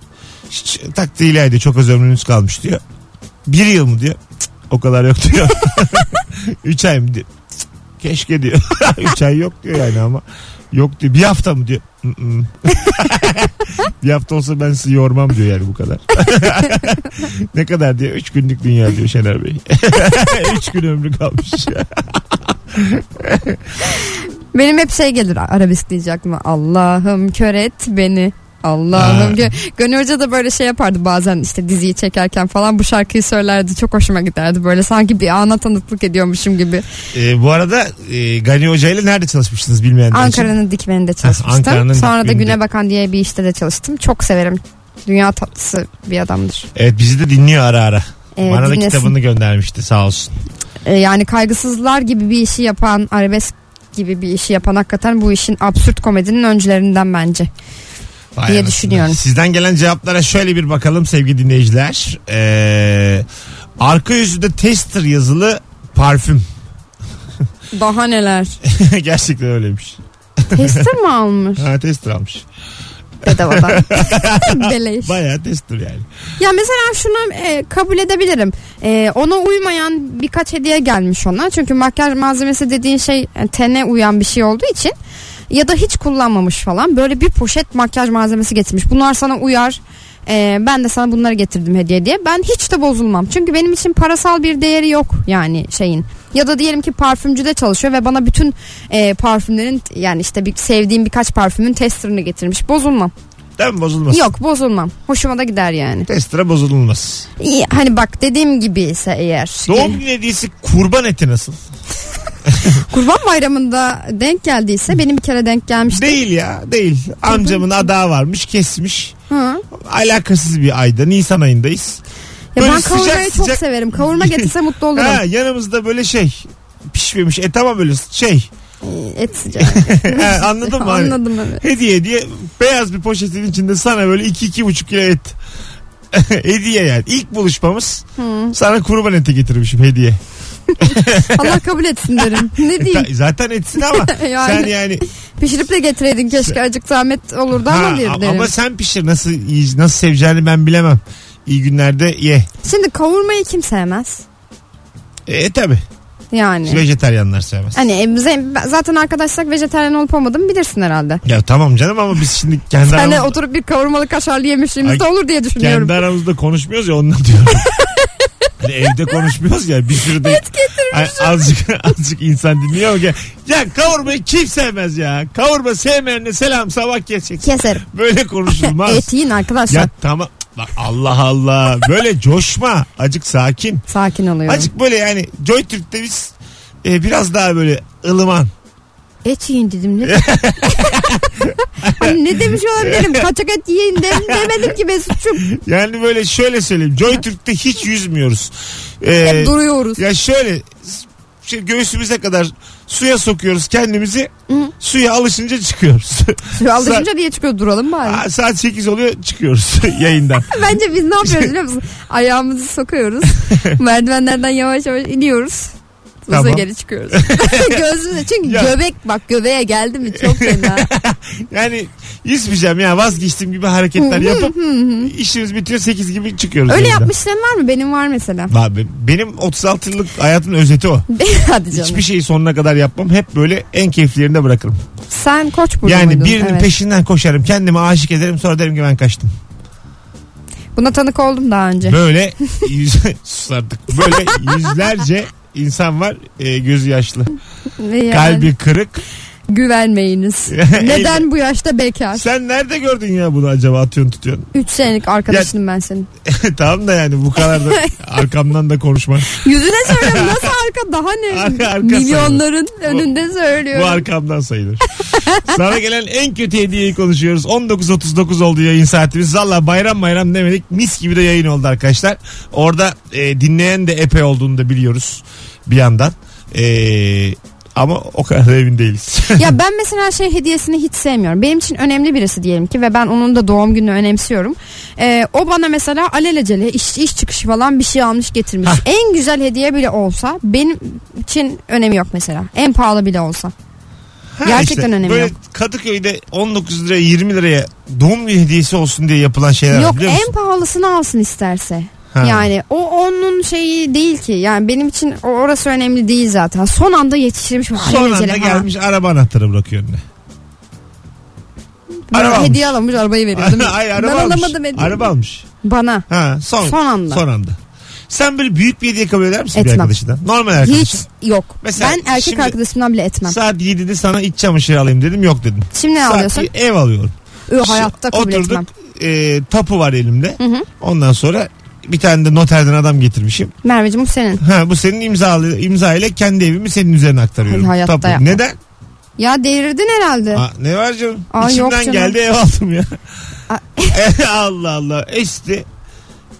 B: Hiç taktiğiyle diyor çok az ömrünüz kalmış diyor. Bir yıl mı diyor. Cık, o kadar yok diyor. Üç ay mı diyor. Cık, Keşke diyor. Üç ay yok diyor yani ama. Yok diyor. Bir hafta mı diyor. "Mm-mm." bir hafta olsa ben sizi yormam diyor yani bu kadar. ne kadar diyor. Üç günlük dünya diyor Şener Bey. Üç gün ömrü kalmış.
C: Benim hep şey gelir arabesk diyecek aklıma. Allah'ım kör et beni.
B: Ha.
C: Allah'ım. Gö Gönül Hoca da böyle şey yapardı bazen işte diziyi çekerken falan bu şarkıyı söylerdi. Çok hoşuma giderdi böyle sanki bir ana tanıklık ediyormuşum gibi.
B: Ee, bu arada e, Gani Hoca ile nerede çalışmıştınız bilmeyenler için.
C: Ankara'nın dikmeninde çalışmıştım.
B: Ankara'nın
C: Sonra da
B: Dikmeni'nde.
C: Güne Bakan diye bir işte de çalıştım. Çok severim. Dünya tatlısı bir adamdır.
B: Evet bizi de dinliyor ara ara.
C: Ee,
B: Bana da
C: dinlesin.
B: kitabını göndermişti sağ olsun.
C: Ee, yani kaygısızlar gibi bir işi yapan arabesk gibi bir işi yapan hakikaten bu işin absürt komedinin öncülerinden bence.
B: Vay
C: diye
B: anasını.
C: düşünüyorum.
B: Sizden gelen cevaplara şöyle bir bakalım sevgili dinleyiciler. Ee, arka yüzünde tester yazılı parfüm.
C: Daha neler.
B: Gerçekten öyleymiş.
C: Tester mi almış
B: Ha tester almış.
C: bedavadan? Beleş.
B: Bayağı tester yani.
C: Ya mesela şunu e, kabul edebilirim. E, ona uymayan birkaç hediye gelmiş ona. Çünkü makyaj malzemesi dediğin şey e, tene uyan bir şey olduğu için ya da hiç kullanmamış falan böyle bir poşet makyaj malzemesi getirmiş. Bunlar sana uyar. E, ben de sana bunları getirdim hediye diye. Ben hiç de bozulmam. Çünkü benim için parasal bir değeri yok yani şeyin. Ya da diyelim ki parfümcüde çalışıyor ve bana bütün e, parfümlerin yani işte bir, sevdiğim birkaç parfümün testerını getirmiş. Bozulmam.
B: Değil mi bozulmaz?
C: Yok bozulmam. Hoşuma da gider yani.
B: Tester'a bozulmaz.
C: İyi, hani bak dediğim gibi ise eğer. e,
B: Doğum günü hediyesi kurban eti nasıl?
C: Kurban bayramında denk geldiyse benim bir kere denk gelmişti.
B: Değil ya değil. Amcamın adağı varmış kesmiş.
C: Hı.
B: Alakasız bir ayda Nisan ayındayız.
C: Ya
B: Böyle
C: ben kavurmayı
B: sıcak
C: çok
B: sıcak-
C: severim. Kavurma getirse mutlu olurum.
B: Ha, yanımızda böyle şey pişmemiş et ama böyle şey.
C: Et sıcağı.
B: Ha, anladın mı? Hani-
C: Anladım evet.
B: Hediye diye beyaz bir poşetin içinde sana böyle 2-2,5 kilo et. hediye yani. İlk buluşmamız
C: Hı.
B: sana kurban eti getirmişim hediye. E,
C: Allah kabul etsin derim. Ne
B: Ta-
C: diyeyim?
B: zaten etsin ama
C: Yani.
B: sen yani
C: Pişirip de getireydin keşke acık zahmet olurdu
B: Şey- Ha,
C: ama derim.
B: ama, sen pişir nasıl yiye- nasıl seveceğini ben bilemem. İyi günlerde ye.
C: Şimdi kavurmayı kim sevmez?
B: E tabi. Şey-
C: Yani.
B: Vejetaryenler sevmez.
C: Hani e, bize- zaten arkadaşsak vejetaryen olup olmadığımı bilirsin herhalde.
B: Ya tamam canım ama biz şimdi kendi,
C: Hani
B: aramızda,
C: oturup bir kavurmalı kaşarlı yemişliğimiz
B: Ay,
C: de olur diye düşünüyorum.
B: kendi aramızda konuşmuyoruz ya ondan diyorum. Hani evde konuşmuyoruz ya bir sürü de Ay, azıcık azıcık insan dinliyor ama gel- ya kavurmayı kim sevmez ya kavurma sevmeyenle selam sabah kesecek
C: Keserim.
B: böyle konuşulmaz
C: Et yiyin arkadaşlar.
B: ya tamam Bak Allah Allah böyle coşma acık sakin
C: Sakin oluyorum.
B: acık böyle yani Joy Türk'te biz e, biraz daha böyle ılıman
C: Et yiyin dedim ne? hani ne demiş olabilirim? Kaçak et yiyin dem- demedim ki Mesut'cum.
B: yani böyle şöyle söyleyeyim Joy Türk'te hiç yüzmüyoruz E,
C: Hep duruyoruz.
B: ya şöyle s- şey, göğsümüze kadar suya sokuyoruz kendimizi suya alışınca çıkıyoruz
C: Şu Alışınca diye çıkıyor duralım bari.
B: Aa, saat 8 oluyor çıkıyoruz yayından.
C: Bence biz ne yapıyoruz biliyor musun? Ayağımızı sokuyoruz. Merdivenlerden yavaş yavaş iniyoruz. Sonra
B: Tamam.
C: geri çıkıyoruz. Gözümüzde. Çünkü
B: Ya.
C: göbek bak göbeğe geldi mi çok fena.
B: Yani yüzmeyeceğim ya vazgeçtiğim gibi hareketler yapıp işimiz bitiyor 8 gibi çıkıyoruz.
C: Öyle
B: yayından.
C: yapmışların var mı? Benim var mesela.
B: Abi, benim 36 yıllık hayatımın özeti o.
C: Hadi canım.
B: Hiçbir şeyi sonuna kadar yapmam. Hep böyle en keyifli yerinde bırakırım.
C: Sen koç burnu
B: şey- yani
C: muydun?
B: birinin
C: Evet.
B: peşinden koşarım. Kendime aşık ederim sonra derim ki ben kaçtım.
C: Buna tanık oldum daha önce.
B: Böyle yüz, sus artık. Böyle yüzlerce insan var e, gözü yaşlı.
C: Ve yani
B: Kalbi kırık.
C: Güvenmeyiniz. Neden bu yaşta bekar?
B: Sen nerede gördün ya bunu acaba atıyorsun tutuyorsun?
C: 3 senelik arkadaşınım ben senin.
B: tamam da yani bu kadar da arkamdan da konuşma.
C: Yüzüne söylüyorum nasıl arka daha ne?
B: Arka- arka
C: Milyonların önünde
B: Bu
C: söylüyorum.
B: arkamdan sayılır. Sana gelen en kötü hediyeyi konuşuyoruz. 19.39 oldu yayın saatimiz. Valla bayram bayram demedik. Mis gibi de yayın oldu arkadaşlar. Orada e, dinleyen de epey olduğunu da biliyoruz bir yandan. E, ama o kadar da emin değiliz.
C: ya ben mesela şey hediyesini hiç sevmiyorum. Benim için önemli birisi diyelim ki ve ben onun da doğum gününü önemsiyorum. Ee, o bana mesela alelacele iş, iş çıkışı falan bir şey almış getirmiş.
B: Hah.
C: En güzel hediye bile olsa benim için önemi yok mesela. En pahalı bile olsa.
B: Ha
C: Gerçekten önemli.
B: Böyle Kadıköy'de 19 liraya 20 liraya doğum günü hediyesi olsun diye yapılan şeyler var
C: yok
B: biliyor musun?
C: en pahalısını alsın isterse.
B: Ha.
C: Yani o onun şeyi değil ki. Yani benim için o- orası önemli değil zaten. Son anda yetiştirilmiş bir
B: Son
C: alelacele
B: anda
C: falan.
B: gelmiş araba anahtarı bırakıyor önüne.
C: Bana
B: Araba almış.
C: hediye almış arabayı veriyor değil mi?
B: Hayır araba
C: ben
B: almış.
C: alamadım hediye.
B: Araba almış.
C: Bana.
B: Ha, son,
C: Son anda.
B: Son anda. Sen böyle büyük bir hediye kabul eder misin bir
C: Etmem.
B: arkadaşından? Normal arkadaşın.
C: Hiç yok.
B: Mesela
C: ben erkek
B: şimdi-
C: arkadaşımdan bile etmem.
B: Saat 7'de sana iç çamaşırı alayım dedim yok dedim.
C: Şimdi ne
B: Saat
C: alıyorsun?
B: Ev alıyorum.
C: Ö, hayatta kabul
B: Oturduk,
C: etmem.
B: e, tapu var elimde. Ondan sonra bir tane de noterden adam getirmişim.
C: Merveciğim bu senin.
B: Ha bu senin imzalı imza ile kendi evimi senin üzerine aktarıyorum.
C: Hadi Hani hayatta
B: Tapu.
C: yapma.
B: Neden?
C: Ya delirdin herhalde.
B: Aa, ne var canım?
C: Aa, yok
B: İçimden
C: canım.
B: geldi ev aldım ya.
C: Aa.
B: Allah Allah. Esti.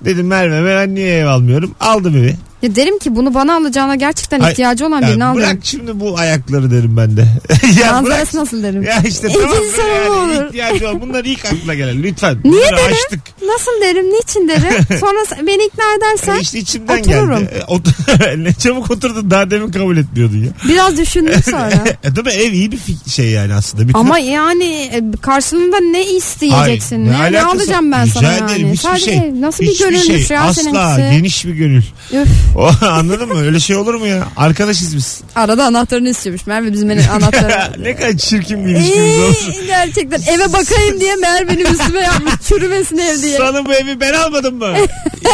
B: Dedim Merve ben niye ev almıyorum? Aldım evi.
C: Ya derim ki bunu bana alacağına gerçekten
B: Ay,
C: ihtiyacı olan
B: Ya
C: birini
B: bırak
C: alıyorum.
B: şimdi bu ayakları derim ben de. ya bırak.
C: Manzarası nasıl derim?
B: Ya işte
C: İkinci
B: tamam böyle
C: sorun
B: yani
C: bu olur.
B: ihtiyacı olan. Bunlar ilk akla gelen lütfen.
C: Niye
B: Bunları
C: dedim?
B: açtık.
C: Nasıl derim? Niçin derim? Sonra sen- beni ikna edersen
B: E, işte içimden
C: otururum.
B: geldi. E, ot- ne çabuk oturdun daha demin kabul etmiyordun ya.
C: biraz düşündüm sonra.
B: E, tabii ev iyi bir fik- şey yani aslında. Bir
C: Ama yani e, karşılığında ne isteyeceksin?
B: Hayır, ne
C: ne, ne,
B: alakası-
C: alacağım ben
B: Rica
C: sana
B: ederim,
C: yani?
B: hiçbir
C: Sadece
B: şey.
C: nasıl bir
B: Hiçbir
C: gönüllülük
B: şey.
C: ya
B: Asla
C: seninkisi?
B: geniş bir gönül.
C: Üf,
B: O, anladın mı? Öyle şey olur mu ya? Arkadaşız biz.
C: arada anahtarını istiyormuş. Merve bizim hani benim anahtarını.
B: ne kadar çirkin bir ilişkimiz olsun.
C: Eee, gerçekten eve bakayım diye Merve benim üstüme yapmış. Çürümesin ev diye.
B: Sana bu evi ben almadım mı?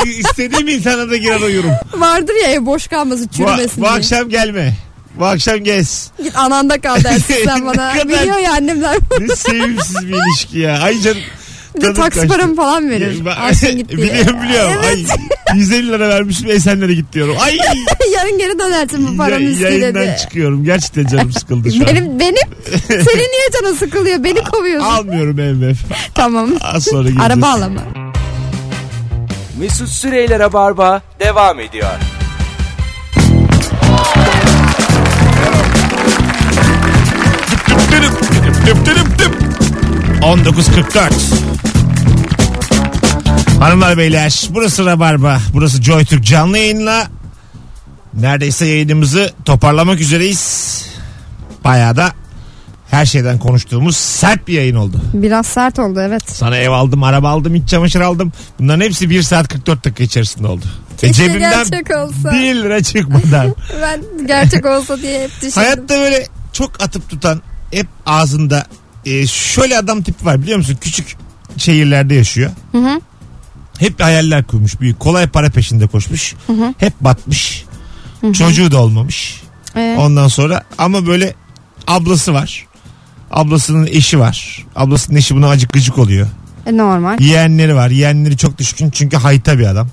B: İ- İstediğim insana da girer uyurum.
C: Vardır ya ev boş kalması
B: Bu,
C: çürümesin
B: bu
C: diye.
B: akşam gelme. Bu akşam gez.
C: Git ananda kal dersin sen bana.
B: Ne kadar-
C: Biliyor ya annemler.
B: Ne sevimsiz bir ilişki ya. Ay canım.
C: Bir de
B: tadım
C: taksi
B: kaçtı.
C: paramı falan verir.
B: Ya, ben-
C: Alsın git diye.
B: biliyorum biliyorum.
C: Evet.
B: Ay, 150 lira vermişim Esenler'e git diyorum. Ay
C: Yarın geri dönersin bu paranın
B: yay-
C: üstüyle
B: yayından
C: de.
B: çıkıyorum. Gerçekten canım sıkıldı şu an.
C: Benim benim senin niye canın sıkılıyor? Beni kovuyorsun.
B: Almıyorum ev ev.
C: tamam.
B: Az sonra geleceğiz.
C: Araba al ama.
A: Mesut Süreyler'e barba devam ediyor.
B: Tüp tüp tüp tüp tüp. 19.44 Hanımlar beyler burası Rabarba burası Joy Türk canlı yayınla neredeyse yayınımızı toparlamak üzereyiz. Bayağı da her şeyden konuştuğumuz sert bir yayın oldu.
C: Biraz sert oldu evet.
B: Sana ev aldım, araba aldım, iç çamaşır aldım. Bunların hepsi 1 saat 44 dakika içerisinde oldu. Ve
C: Keşke
B: cebimden
C: gerçek olsa.
B: 1 lira çıkmadan.
C: Ben gerçek olsa diye hep düşündüm.
B: Hayatta böyle çok atıp tutan hep ağzında e, şöyle adam tipi var biliyor musun? Küçük şehirlerde yaşıyor.
C: Hı hı.
B: Hep hayaller kurmuş. Büyük kolay para peşinde koşmuş. Hep batmış. Çocuğu da olmamış.
C: Ee,
B: Ondan sonra ama böyle ablası var. Ablasının eşi var. Ablasının eşi buna acık gıcık oluyor.
C: e, normal.
B: Yeğenleri var. Yeğenleri çok düşkün çünkü hayta bir adam.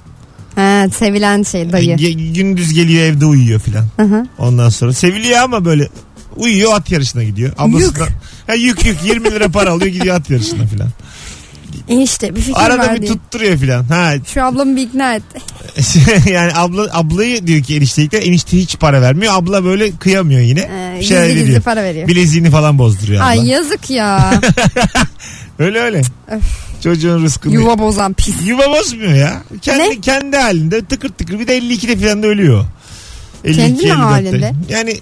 C: Ha, sevilen şey dayı.
B: Ge- gündüz geliyor evde uyuyor filan.
C: Hı hı.
B: Ondan sonra seviliyor ama böyle uyuyor at yarışına gidiyor. Ablasından, yük. Ha, yük yük 20 lira para alıyor gidiyor at yarışına filan.
C: E işte bir fikir
B: Arada
C: var
B: bir
C: diye.
B: tutturuyor filan. Ha
C: Şu ablamı bir ikna et.
B: yani abla ablayı diyor ki eniştelikler enişte hiç para vermiyor. Abla böyle kıyamıyor yine.
C: Ee,
B: Bir
C: gizli gizli
B: ediyor.
C: para veriyor.
B: Bileziğini falan bozduruyor Şey abla.
C: Ay yazık ya.
B: Öyle öyle.
C: Öf.
B: Çocuğun rızkını. Yuva...
C: Yuva bozan pis.
B: bozmuyor ya. Kendi
C: Ne?
B: kendi halinde tıkır tıkır bir de 52'de filan da ölüyor. 52,
C: Kendi mi
B: 54'te.
C: halinde?
B: Yani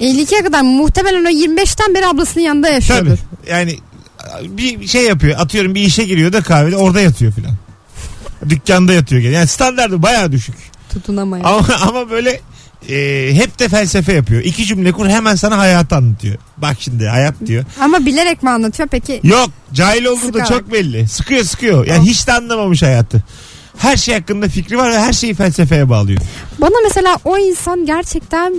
C: 52'ye kadar muhtemelen o 25'ten beri ablasının yanında
B: Tabii.
C: yaşıyordur.
B: Yani bir şey yapıyor. Atıyorum bir işe giriyor da kahvede orada yatıyor filan. Dükkanda yatıyor gene. Yani standartı bayağı düşük.
C: Tutunamayan.
B: Ama ama böyle e, hep de felsefe yapıyor. İki cümle kur hemen sana hayatı anlatıyor. Bak şimdi hayat diyor.
C: Ama bilerek mi anlatıyor peki?
B: Yok cahil olduğu da
C: Sıkarak.
B: çok belli. Sıkıyor sıkıyor. Yani hiç de anlamamış hayatı. Her şey hakkında fikri var ve her şeyi felsefeye bağlıyor.
C: Bana mesela o insan gerçekten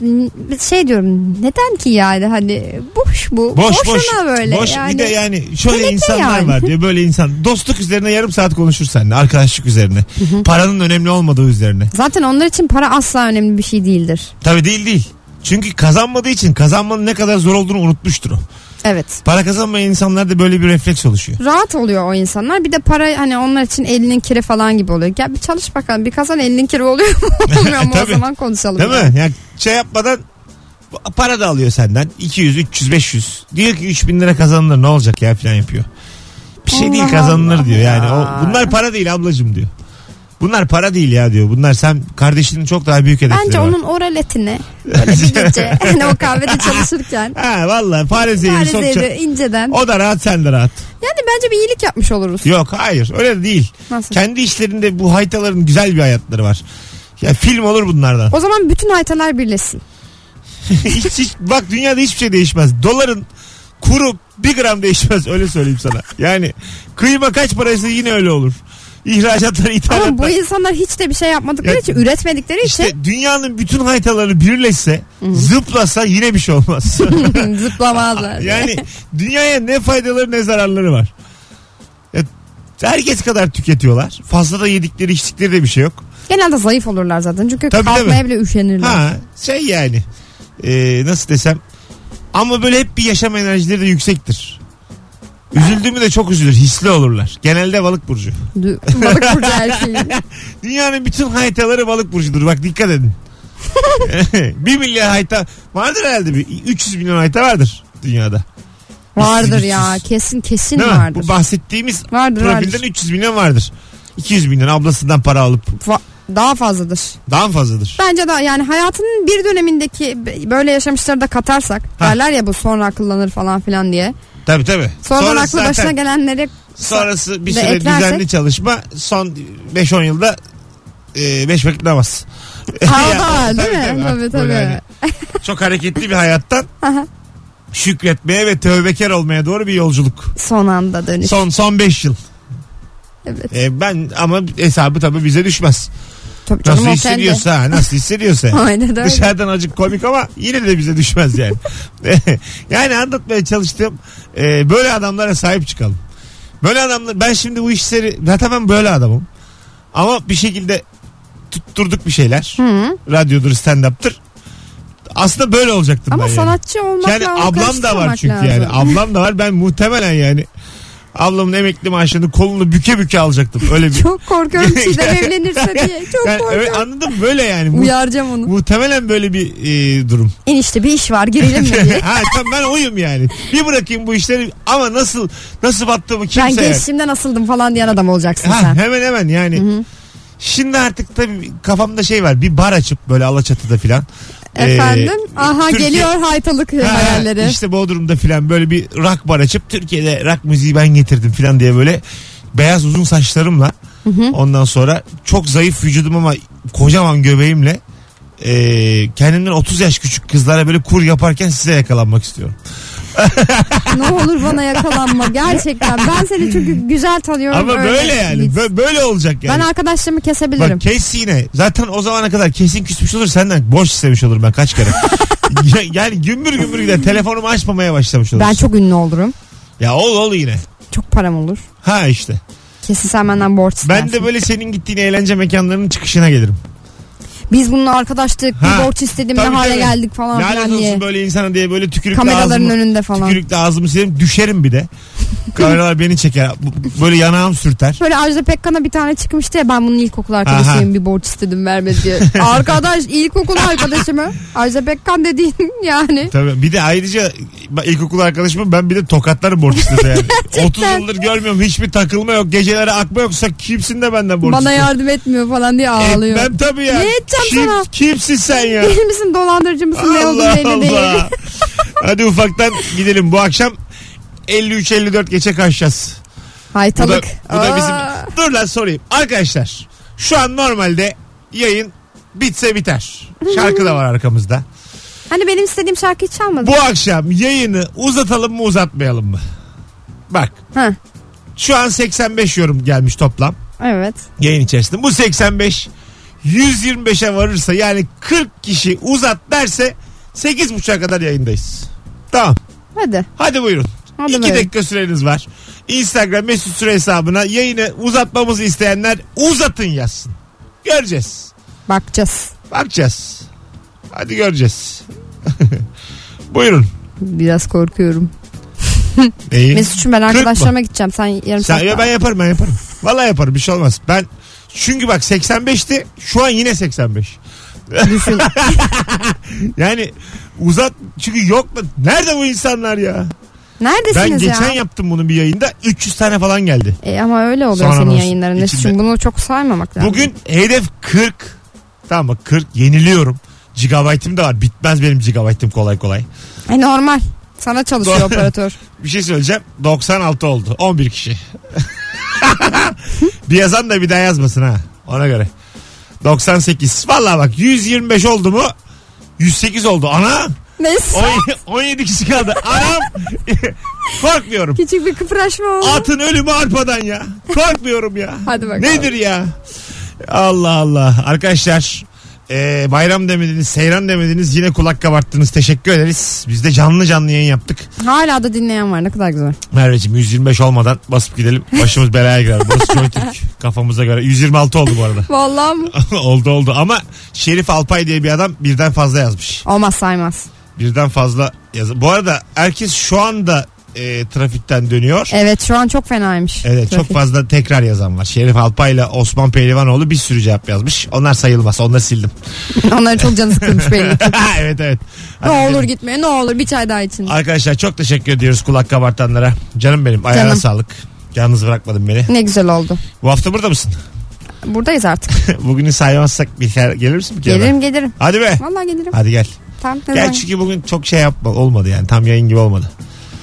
C: m, şey diyorum neden ki yani hani boş bu
B: Boş
C: boşuna
B: boş.
C: böyle
B: boş.
C: yani
B: Bir de yani şöyle
C: Demek ki
B: insanlar
C: yani.
B: var diyor böyle insan. Dostluk üzerine yarım saat konuşur seninle. Arkadaşlık üzerine. Paranın önemli olmadığı üzerine.
C: zaten onlar için para asla önemli bir şey değildir
B: Tabii değil değil. Çünkü kazanmadığı için kazanmanın ne kadar zor olduğunu unutmuştur o.
C: evet
B: Para kazanmayan insanlarda böyle bir refleks oluşuyor.
C: rahat oluyor o insanlar bir de para hani onlar için elinin kiri falan gibi oluyor gel bir çalış bakalım bir kazan elinin kiri oluyor mu olmuyor mu o
B: Tabii.
C: zaman konuşalım
B: Değil
C: yani.
B: mi? Yani şey yapmadan para da alıyor senden. 200, 300, 500. Diyor ki 3000 lira kazanılır ne olacak ya falan yapıyor. Bir şey değil
C: Allah
B: kazanılır
C: Allah
B: diyor yani.
C: ya.
B: O, bunlar para değil ablacım diyor. Bunlar para değil ya diyor. Bunlar sen kardeşinin çok daha büyük hedefleri
C: Bence
B: var.
C: onun oral etini böyle bir gece hani o kahvede çalışırken
B: Ha valla fare zehri
C: Paris'e
B: sokacak.
C: de inceden.
B: O da rahat sen de rahat.
C: Yani bence bir iyilik yapmış oluruz.
B: Yok hayır öyle de değil.
C: Nasıl?
B: Kendi işlerinde bu haytaların güzel bir hayatları var. Ya film olur bunlardan.
C: O zaman bütün haytalar birleşsin.
B: hiç, hiç, bak dünyada hiçbir şey değişmez. Doların kuru bir gram değişmez öyle söyleyeyim sana. Yani kıyma kaç paraysa yine öyle olur. İhracatlar ithalatlar.
C: Ama bu insanlar hiç de bir şey yapmadıkları
B: Ya-
C: için, üretmedikleri
B: İşte
C: için
B: dünyanın bütün haytaları birleşse, zıplasa yine bir şey olmaz.
C: zıplamazlar.
B: yani dünyaya ne faydaları ne zararları var. Ya, herkes kadar tüketiyorlar. Fazla da yedikleri içtikleri de bir şey yok.
C: Genelde zayıf olurlar zaten çünkü
B: Tabii,
C: kalkmaya
B: tabii.
C: bile üşenirler.
B: Ha şey yani e, nasıl desem ama böyle hep bir yaşam enerjileri de yüksektir. Üzüldü mü de çok üzülür. Hisli olurlar. Genelde balık burcu.
C: Dü- Balık burcu erkeği.
B: Dünyanın bütün haytaları balık burcudur. Bak dikkat edin. bir milyar hayta vardır herhalde. Bir, 300 milyon hayta vardır dünyada.
C: Vardır
B: Bitsiz,
C: ya
B: bitsiz.
C: kesin kesin
B: Değil mi?
C: vardır.
B: Bu bahsettiğimiz
C: vardır
B: profilden
C: vardır.
B: 300 milyon vardır. 200 milyon ablasından para alıp
C: Fa- daha fazladır.
B: daha mı fazladır?
C: Bence daha yani hayatının bir dönemindeki b- böyle yaşamışları da katarsak derler ya bu sonra akıllanır falan filan diye.
B: Tabii tabii.
C: Sonradan
B: Sonrası
C: aklı başına
B: zaten-
C: gelenleri
B: Sonrası bir
C: Ve
B: süre
C: eklersek-
B: düzenli çalışma. Son 5-10 yılda 5 vakit namaz.
C: Havada değil
B: Tabii,
C: mi?
B: tabii.
C: Tabii
B: Böyle hani.
C: tabii.
B: Çok hareketli bir hayattan
C: Aha.
B: şükretmeye ve tövbekar olmaya doğru bir yolculuk.
C: Son anda dönüş.
B: Son son 5 yıl.
C: Evet.
B: E, ben ama hesabı tabii bize düşmez.
C: Tabii canım
B: Nasıl
C: o kendi.
B: hissediyorsa, ha, nasıl hissediyorsa.
C: Aynen öyle.
B: Dışarıdan acık komik ama yine de bize düşmez yani. yani anlatmaya çalıştığım e, böyle adamlara sahip çıkalım. Böyle adamlar ben şimdi bu işleri zaten ben böyle adamım. Ama bir şekilde tutturduk bir şeyler.
C: Hı.
B: Radyodur, stand-up'tır. Aslında böyle olacaktım
C: Ama
B: ben yani.
C: sanatçı olmak
B: Yani
C: lazım.
B: ablam da var
C: karıştırmamak
B: çünkü
C: lazım.
B: yani. Ablam da var. Ben muhtemelen yani ablamın emekli maaşını kolunu büke büke alacaktım. Öyle bir.
C: Çok korkuyorum Çiğdem evlenirse diye. Çok
B: Yani öyle-
C: korkuyorum.
B: anladım böyle yani. Mu-
C: Uyaracağım onu.
B: muhtemelen böyle bir e, durum.
C: Enişte bir iş var girelim mi diye.
B: ha tamam ben oyum yani. Bir bırakayım bu işleri ama nasıl nasıl battığımı
C: Ben
B: kimse.
C: gençliğimden asıldım falan diyen adam olacaksın
B: ha,
C: sen.
B: hemen hemen yani. Şimdi artık tabii kafamda şey var. Bir bar açıp böyle Alaçatı'da filan.
C: Efendim?
B: Ee,
C: Aha
B: Türkiye-
C: geliyor haytalık
B: Ha,
C: hayalleri.
B: İşte Bodrum'da filan böyle bir rock bar açıp Türkiye'de rock müziği ben getirdim filan diye böyle beyaz uzun saçlarımla ondan sonra çok zayıf vücudum ama kocaman göbeğimle ee, kendimden 30 yaş küçük kızlara böyle kur yaparken size yakalanmak istiyorum.
C: ne olur bana yakalanma gerçekten. Ben seni çünkü güzel tanıyorum.
B: Ama
C: öyle
B: böyle yani.
C: git.
B: bö- böyle olacak yani.
C: Ben arkadaşlarımı kesebilirim.
B: Bak kes yine. Zaten o zamana kadar kesin küsmüş olur senden borç istemiş olur ben kaç kere. Ya- yani gümbür gümbür gider telefonumu açmamaya başlamış olur.
C: ben çok ünlü olurum.
B: Ya ol ol yine.
C: Çok param olur.
B: Ha işte.
C: Kesin sen benden borç istersin.
B: Ben de böyle senin gittiğin eğlence mekanlarının çıkışına gelirim.
C: Biz bununla arkadaştık. bir
B: Ha,
C: borç istedim ne
B: Tabii,
C: hale
B: tabii.
C: geldik falan
B: Lanet
C: filan
B: olsun
C: diye.
B: böyle insana diye böyle tükürükle
C: Kameraların
B: ağzımı,
C: önünde falan.
B: tükürükle ağzımı silerim düşerim bir de. Kameralar beni çeker. Bu- Böyle yanağım sürter.
C: Böyle Ajda Pekkan'a bir tane çıkmıştı ya ben bunun ilkokul arkadaşıyım
B: Aha.
C: bir borç istedim vermedi diye. Arkadaş ilkokul arkadaşı mı? Ajda Pekkan dediğin yani.
B: Tabii. Bir de ayrıca ben ilkokul arkadaşımın ben bir de tokatlarım borç istese yani. 30 yıldır görmüyorum hiçbir takılma yok geceleri akma yoksa kimsin de benden borç
C: Bana
B: istiyorsun?
C: yardım etmiyor falan diye ağlıyor.
B: Etmem tabii ya.
C: Ne edeceğim
B: Kim-
C: sana?
B: Kimsin sen ya?
C: Değil misin dolandırıcı mısın ne olduğu belli değil.
B: Hadi ufaktan gidelim. Bu akşam 53-54 geçe kaçacağız. Bu da,
C: Haytalık.
B: bu da bizim...
C: Aa,
B: Dur lan sorayım. Arkadaşlar şu an normalde yayın bitse biter. Şarkı da var arkamızda.
C: Hani benim istediğim şarkıyı çalmadı.
B: Bu akşam yayını uzatalım mı uzatmayalım mı? Bak
C: Ha,
B: şu an 85 yorum gelmiş toplam
C: evet.
B: yayın içerisinde. Bu 85 125'e varırsa yani 40 kişi uzat derse 8.30'a kadar yayındayız. Tamam.
C: Hadi.
B: Hadi buyurun.
C: Hadi
B: 2
C: buyurun.
B: dakika süreniz var. Instagram mesut süre hesabına yayını uzatmamızı isteyenler uzatın yazsın. Göreceğiz.
C: Bakacağız.
B: Bakacağız. Hadi göreceğiz. buyurun.
C: Biraz korkuyorum.
B: Neyi?
C: Mesut'cum ben
B: Kırk mı?
C: arkadaşlarıma gideceğim. Sen yarım
B: E, Sen,
C: saat
B: ya ben
C: daha.
B: yaparım ben yaparım. Vallahi yaparım bir şey olmaz. Ben çünkü bak 85'ti şu an yine 85.
C: Düşün.
B: Yani uzat çünkü yok mu? Nerede bu insanlar ya?
C: Neredesiniz
B: Ben geçen
C: ya?
B: yaptım bunu bir yayında 300 tane falan geldi.
C: E ama öyle oluyor
B: Sonra
C: senin
B: olsun,
C: yayınların.
B: içinde.
C: Mesut'cum bunu çok saymamak lazım.
B: Bugün hedef 40. Tamam mı? 40 yeniliyorum. Gigabaytım da var. Bitmez benim gigabaytım kolay kolay.
C: E, normal. Sana çalışıyor
B: Doğru.
C: operatör.
B: Bir şey söyleyeceğim. 96 oldu. 11 kişi. bir yazan da bir daha yazmasın ha. Ona göre. 98. Valla bak 125 oldu mu? 108 oldu. Ana
C: Neyse.
B: 17, 17 kişi kaldı. Anam korkmuyorum.
C: Küçük bir kıpraşma oldu.
B: Atın ölümü arpadan ya. Korkmuyorum ya.
C: Hadi bakalım.
B: Nedir ya? Allah Allah. Arkadaşlar e, bayram demediniz, seyran demediniz. Yine kulak kabarttınız. Teşekkür ederiz. Biz de canlı canlı yayın yaptık.
C: Hala da dinleyen var ne kadar güzel.
B: Merveciğim 125 olmadan basıp gidelim. Başımız belaya girer. Burası Joytürk. Kafamıza göre. 126 oldu bu arada.
C: Vallahi mi?
B: oldu oldu ama Şerif Alpay diye bir adam birden fazla yazmış.
C: olmaz saymaz.
B: Birden fazla yaz. Bu arada herkes şu anda e, trafikten dönüyor.
C: Evet şu an çok fenaymış.
B: Evet çok
C: Trafik.
B: fazla tekrar yazan var. Şerif Alpay'la Osman Pehlivanoğlu bir sürü cevap yazmış. Onlar sayılmaz. Onları sildim.
C: Onların çok canı sıkılmış belli.
B: evet evet.
C: ne
B: Hadi
C: olur
B: gidelim.
C: gitmeye ne olur bir çay daha için.
B: Arkadaşlar çok teşekkür ediyoruz kulak kabartanlara. Canım benim ayağına
C: Canım.
B: sağlık. Yalnız bırakmadın beni.
C: Ne güzel oldu.
B: Bu hafta burada mısın?
C: Buradayız artık.
B: Bugünü saymazsak bir kere gelir misin bir kere?
C: gelirim gelirim.
B: Hadi be.
C: Vallahi gelirim.
B: Hadi gel.
C: Tamam ne
B: Gel
C: zaman?
B: çünkü bugün çok şey yapma olmadı yani. Tam yayın gibi olmadı.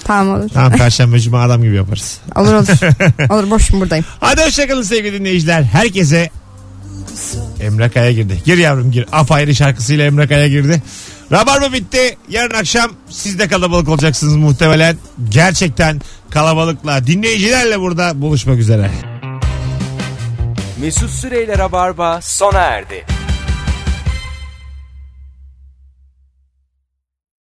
C: Tamam olur.
B: Tamam perşembe cuma adam gibi yaparız.
C: Olur olur. olur boşum buradayım.
B: Hadi hoşçakalın sevgili dinleyiciler. Herkese Emre Kaya girdi. Gir yavrum gir. Apayrı şarkısıyla Emre Kaya girdi. Rabarba bitti. Yarın akşam siz de kalabalık olacaksınız muhtemelen. Gerçekten kalabalıkla dinleyicilerle burada buluşmak üzere.
A: Mesut Süreyler'e barba sona erdi.